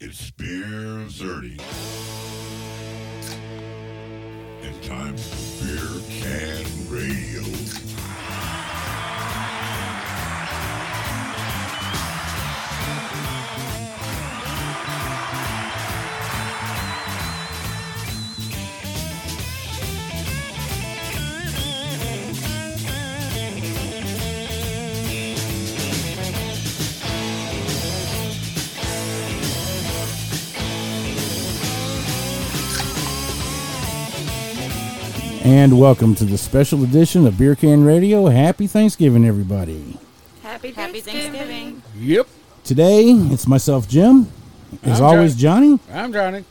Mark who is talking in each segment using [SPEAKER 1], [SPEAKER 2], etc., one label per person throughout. [SPEAKER 1] It's Beer Absurdity. And time for Beer Can Radio.
[SPEAKER 2] And welcome to the special edition of Beer Can Radio. Happy Thanksgiving, everybody.
[SPEAKER 3] Happy
[SPEAKER 4] Happy Thanksgiving.
[SPEAKER 3] Thanksgiving.
[SPEAKER 5] Yep,
[SPEAKER 2] Today, it's myself, Jim. As
[SPEAKER 5] I'm
[SPEAKER 2] always, Johnny.
[SPEAKER 5] I'm Johnny.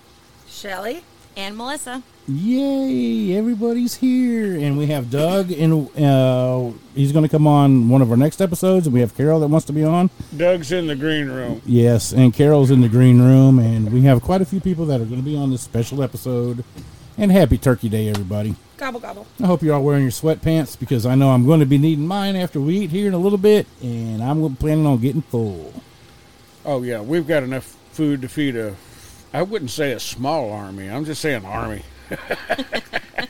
[SPEAKER 4] Shelly?
[SPEAKER 3] And Melissa.
[SPEAKER 2] Yay, everybody's here. And we have Doug, and uh, he's going to come on one of our next episodes. And we have Carol that wants to be on.
[SPEAKER 5] Doug's in the green room.
[SPEAKER 2] Yes, and Carol's in the green room. And we have quite a few people that are going to be on this special episode. And happy Turkey Day, everybody.
[SPEAKER 4] Gobble, gobble.
[SPEAKER 2] I hope you're all wearing your sweatpants because I know I'm going to be needing mine after we eat here in a little bit. And I'm planning on getting full.
[SPEAKER 5] Oh yeah, we've got enough food to feed a. I wouldn't say a small army. I'm just saying army.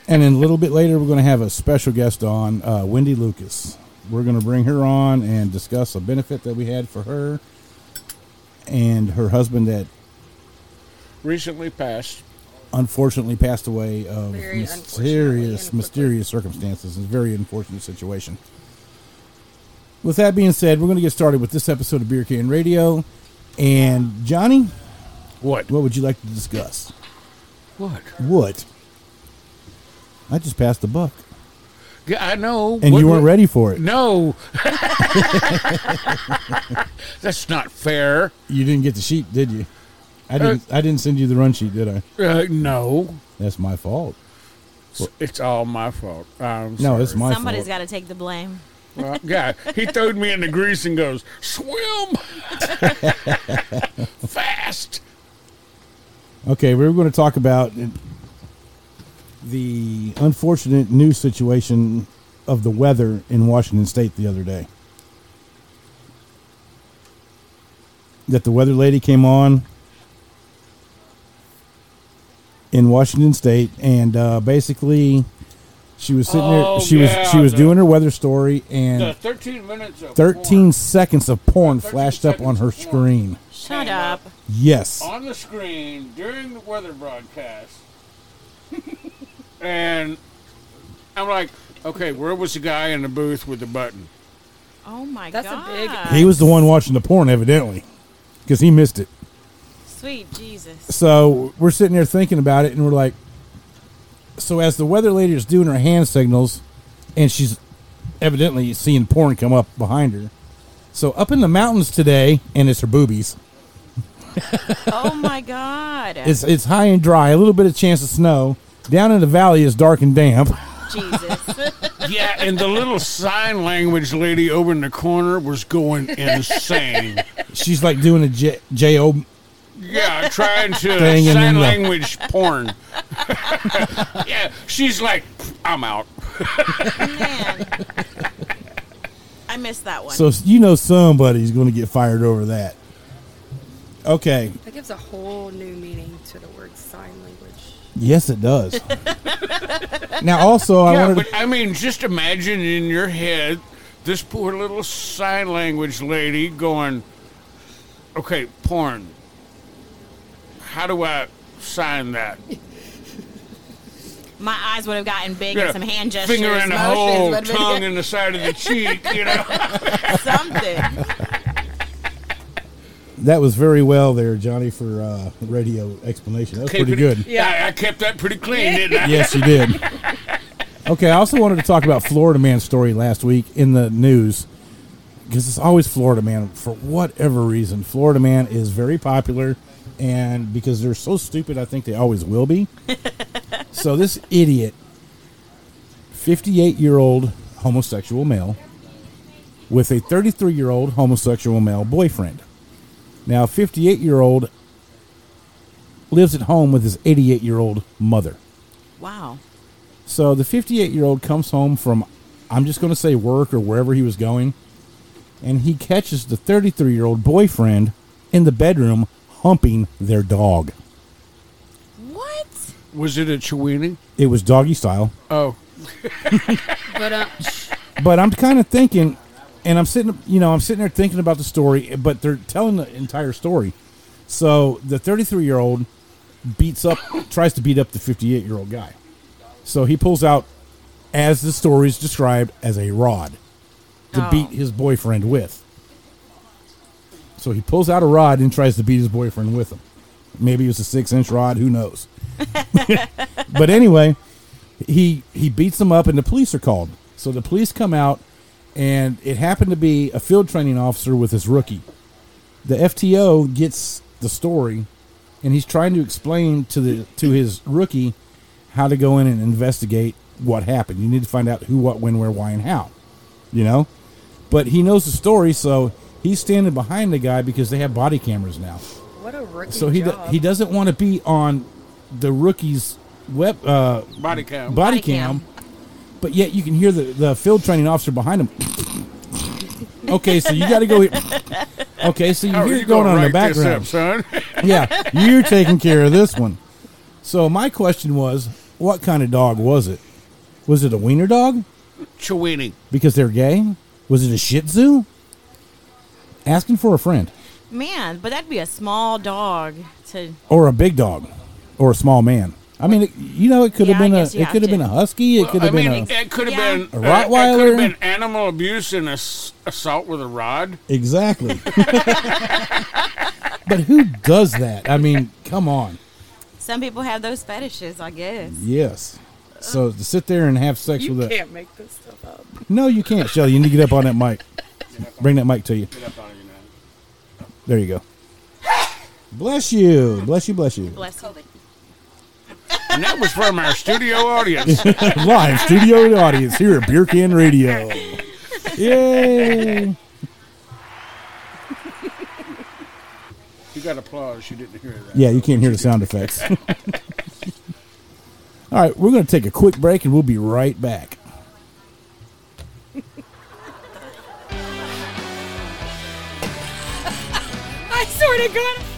[SPEAKER 2] And then a little bit later, we're going to have a special guest on, uh, Wendy Lucas. We're going to bring her on and discuss a benefit that we had for her and her husband that
[SPEAKER 5] Recently passed.
[SPEAKER 2] unfortunately passed away of
[SPEAKER 4] Very unfortunately
[SPEAKER 2] mysterious,
[SPEAKER 4] and
[SPEAKER 2] mysterious circumstances. It's a very unfortunate situation. With that being said, we're going to get started with this episode of Beer Can Radio. And Johnny,
[SPEAKER 5] What?
[SPEAKER 2] what would you like to discuss?
[SPEAKER 5] What?
[SPEAKER 2] What? I just passed the buck,
[SPEAKER 5] Yeah, I know.
[SPEAKER 2] and
[SPEAKER 5] What-
[SPEAKER 2] you weren't
[SPEAKER 5] what-
[SPEAKER 2] ready for it.
[SPEAKER 5] No. That's not fair.
[SPEAKER 2] You didn't get the sheet, did you? I didn't. I didn't send you the run sheet, did I?
[SPEAKER 5] Uh, no.
[SPEAKER 2] That's my fault.
[SPEAKER 5] It's, it's all my fault. I'm
[SPEAKER 2] No, it's my
[SPEAKER 3] Somebody's
[SPEAKER 2] fault.
[SPEAKER 3] got to take the blame.
[SPEAKER 5] Well, yeah, he throwed me in the grease and goes, swim fast.
[SPEAKER 2] okay, we were going to talk about the unfortunate news situation of the weather in Washington State the other day. That the weather lady came on in Washington State, and uh, basically, she was sitting
[SPEAKER 5] Oh,
[SPEAKER 2] there. She
[SPEAKER 5] yeah,
[SPEAKER 2] was she was
[SPEAKER 5] the-
[SPEAKER 2] doing her weather story, and
[SPEAKER 5] The 13 minutes of
[SPEAKER 2] 13
[SPEAKER 5] porn
[SPEAKER 2] seconds of porn
[SPEAKER 5] 13
[SPEAKER 2] flashed up on
[SPEAKER 5] seconds
[SPEAKER 2] her
[SPEAKER 5] of porn.
[SPEAKER 2] screen.
[SPEAKER 3] Shut
[SPEAKER 5] Hang
[SPEAKER 3] up.
[SPEAKER 2] Yes.
[SPEAKER 5] on the screen during the weather broadcast. and I'm like, okay, where was the guy in the booth with the button?
[SPEAKER 3] Oh my
[SPEAKER 4] That's a
[SPEAKER 3] god.
[SPEAKER 4] big-
[SPEAKER 2] He was the one watching the porn, evidently, because he missed it.
[SPEAKER 3] Sweet Jesus.
[SPEAKER 2] So we're sitting there thinking about it, and we're like, so as the weather lady is doing her hand signals, and she's evidently seeing porn come up behind her. So up in the mountains today, and it's her boobies.
[SPEAKER 3] Oh my god.
[SPEAKER 2] It's it's high and dry, a little bit of chance of snow. Down in the valley is dark and damp.
[SPEAKER 3] Jesus.
[SPEAKER 5] Yeah, and the little sign language lady over in the corner was going insane.
[SPEAKER 2] She's like doing a J, J O
[SPEAKER 5] Yeah, trying to
[SPEAKER 2] Thing and then
[SPEAKER 5] sign
[SPEAKER 2] the-
[SPEAKER 5] language porn. yeah, she's like, I'm out.
[SPEAKER 3] Man. I missed that one.
[SPEAKER 2] So you know somebody's going to get fired over that. Okay.
[SPEAKER 4] That gives a whole new meaning to the word sign language.
[SPEAKER 2] Yes, it does. now, also, I
[SPEAKER 5] yeah,
[SPEAKER 2] wanted.
[SPEAKER 5] but I mean, just imagine in your head this poor little sign language lady going, okay, porn. How do I sign that?
[SPEAKER 3] my eyes would have gotten big
[SPEAKER 5] Yeah,
[SPEAKER 3] and some hand gestures.
[SPEAKER 5] Finger in the
[SPEAKER 3] motions
[SPEAKER 5] hole,
[SPEAKER 3] would've been-
[SPEAKER 5] tongue in the side of the cheek, you know?
[SPEAKER 3] something.
[SPEAKER 2] that was very well there, Johnny, for uh, radio explanation. That was pretty good.
[SPEAKER 5] Yeah, I, I kept that pretty clean, didn't I?
[SPEAKER 2] Yes, you did. Okay, I also wanted to talk about Florida Man story last week in the news because it's always Florida Man for whatever reason. Florida Man is very popular, and because they're so stupid, I think they always will be. so this idiot, fifty-eight-year-old homosexual male, with a thirty-three-year-old homosexual male boyfriend. Now, fifty-eight-year-old lives at home with his eighty-eight-year-old mother.
[SPEAKER 3] Wow.
[SPEAKER 2] So the 58 year old comes home from, I'm just going to say work or wherever he was going, and he catches the 33 year old boyfriend in the bedroom humping their dog.
[SPEAKER 3] What?
[SPEAKER 5] Was it a Chiweenie?
[SPEAKER 2] It was doggy style.
[SPEAKER 5] Oh,
[SPEAKER 4] But um,
[SPEAKER 2] But I'm kind of thinking, and I'm sitting, you know, I'm sitting there thinking about the story, but they're telling the entire story. So the 33 year old beats up, tries to beat up the 58 year old guy. So he pulls out, as the story is described, as a rod to
[SPEAKER 3] Oh.
[SPEAKER 2] beat his boyfriend with. So he pulls out a rod and tries to beat his boyfriend with him. Maybe it was a six inch rod, who knows? but anyway, he he beats him up and the police are called. So the police come out and it happened to be a field training officer with his rookie. The FTO gets the story and he's trying to explain to the to his rookie how to go in and investigate what happened. You need to find out who, what, when, where, why, and how. You know? But he knows the story, so he's standing behind the guy because they have body cameras now.
[SPEAKER 4] what a rookie
[SPEAKER 2] So he do-
[SPEAKER 4] job.
[SPEAKER 2] he doesn't want to be on the rookie's web uh,
[SPEAKER 5] body count.
[SPEAKER 2] body
[SPEAKER 3] Body cam.
[SPEAKER 2] cam, but yet you can hear the, the field training officer behind him. okay, so you got to go. Here. Okay, so you
[SPEAKER 5] How are
[SPEAKER 2] hear
[SPEAKER 5] Oh, you
[SPEAKER 2] it going
[SPEAKER 5] gonna
[SPEAKER 2] on in the
[SPEAKER 5] rank this
[SPEAKER 2] background.
[SPEAKER 5] up, son?
[SPEAKER 2] yeah, you're taking care of this one. So my question was, what kind of dog was it? Was it a wiener dog
[SPEAKER 5] Chiweenie.
[SPEAKER 2] because they're gay? Was it a Shih Tzu? Asking for a friend
[SPEAKER 3] Man, but that'd be a small dog to.
[SPEAKER 2] or a big dog or a small man. I mean, it, you know, it could
[SPEAKER 3] Yeah, I
[SPEAKER 2] have been a
[SPEAKER 3] guess you
[SPEAKER 2] it
[SPEAKER 3] have
[SPEAKER 2] could have
[SPEAKER 3] to.
[SPEAKER 2] been a husky. It could
[SPEAKER 5] I
[SPEAKER 2] have been
[SPEAKER 5] mean,
[SPEAKER 2] a
[SPEAKER 5] it could have
[SPEAKER 3] Yeah.
[SPEAKER 5] been
[SPEAKER 2] A
[SPEAKER 5] uh, It could
[SPEAKER 2] Rottweiler?
[SPEAKER 5] have been animal abuse and ass- assault with a rod.
[SPEAKER 2] exactly. but who does that? I mean, come on.
[SPEAKER 3] Some people have those fetishes, I guess.
[SPEAKER 2] Yes. So to sit there and have sex
[SPEAKER 4] you
[SPEAKER 2] with a
[SPEAKER 4] can't make this stuff up.
[SPEAKER 2] no, you can't, Shelly. You need to get up on that mic. Bring that mic to you. There you go. Bless you. Bless you. Bless you.
[SPEAKER 3] Bless you.
[SPEAKER 5] And that was from our studio audience.
[SPEAKER 2] Live studio audience here at Beer Can Radio. Yay!
[SPEAKER 5] You got applause. You didn't hear that.
[SPEAKER 2] Yeah, you can't hear the sound effects. All right, we're going to take a quick break and we'll be right back.
[SPEAKER 3] I swear to God.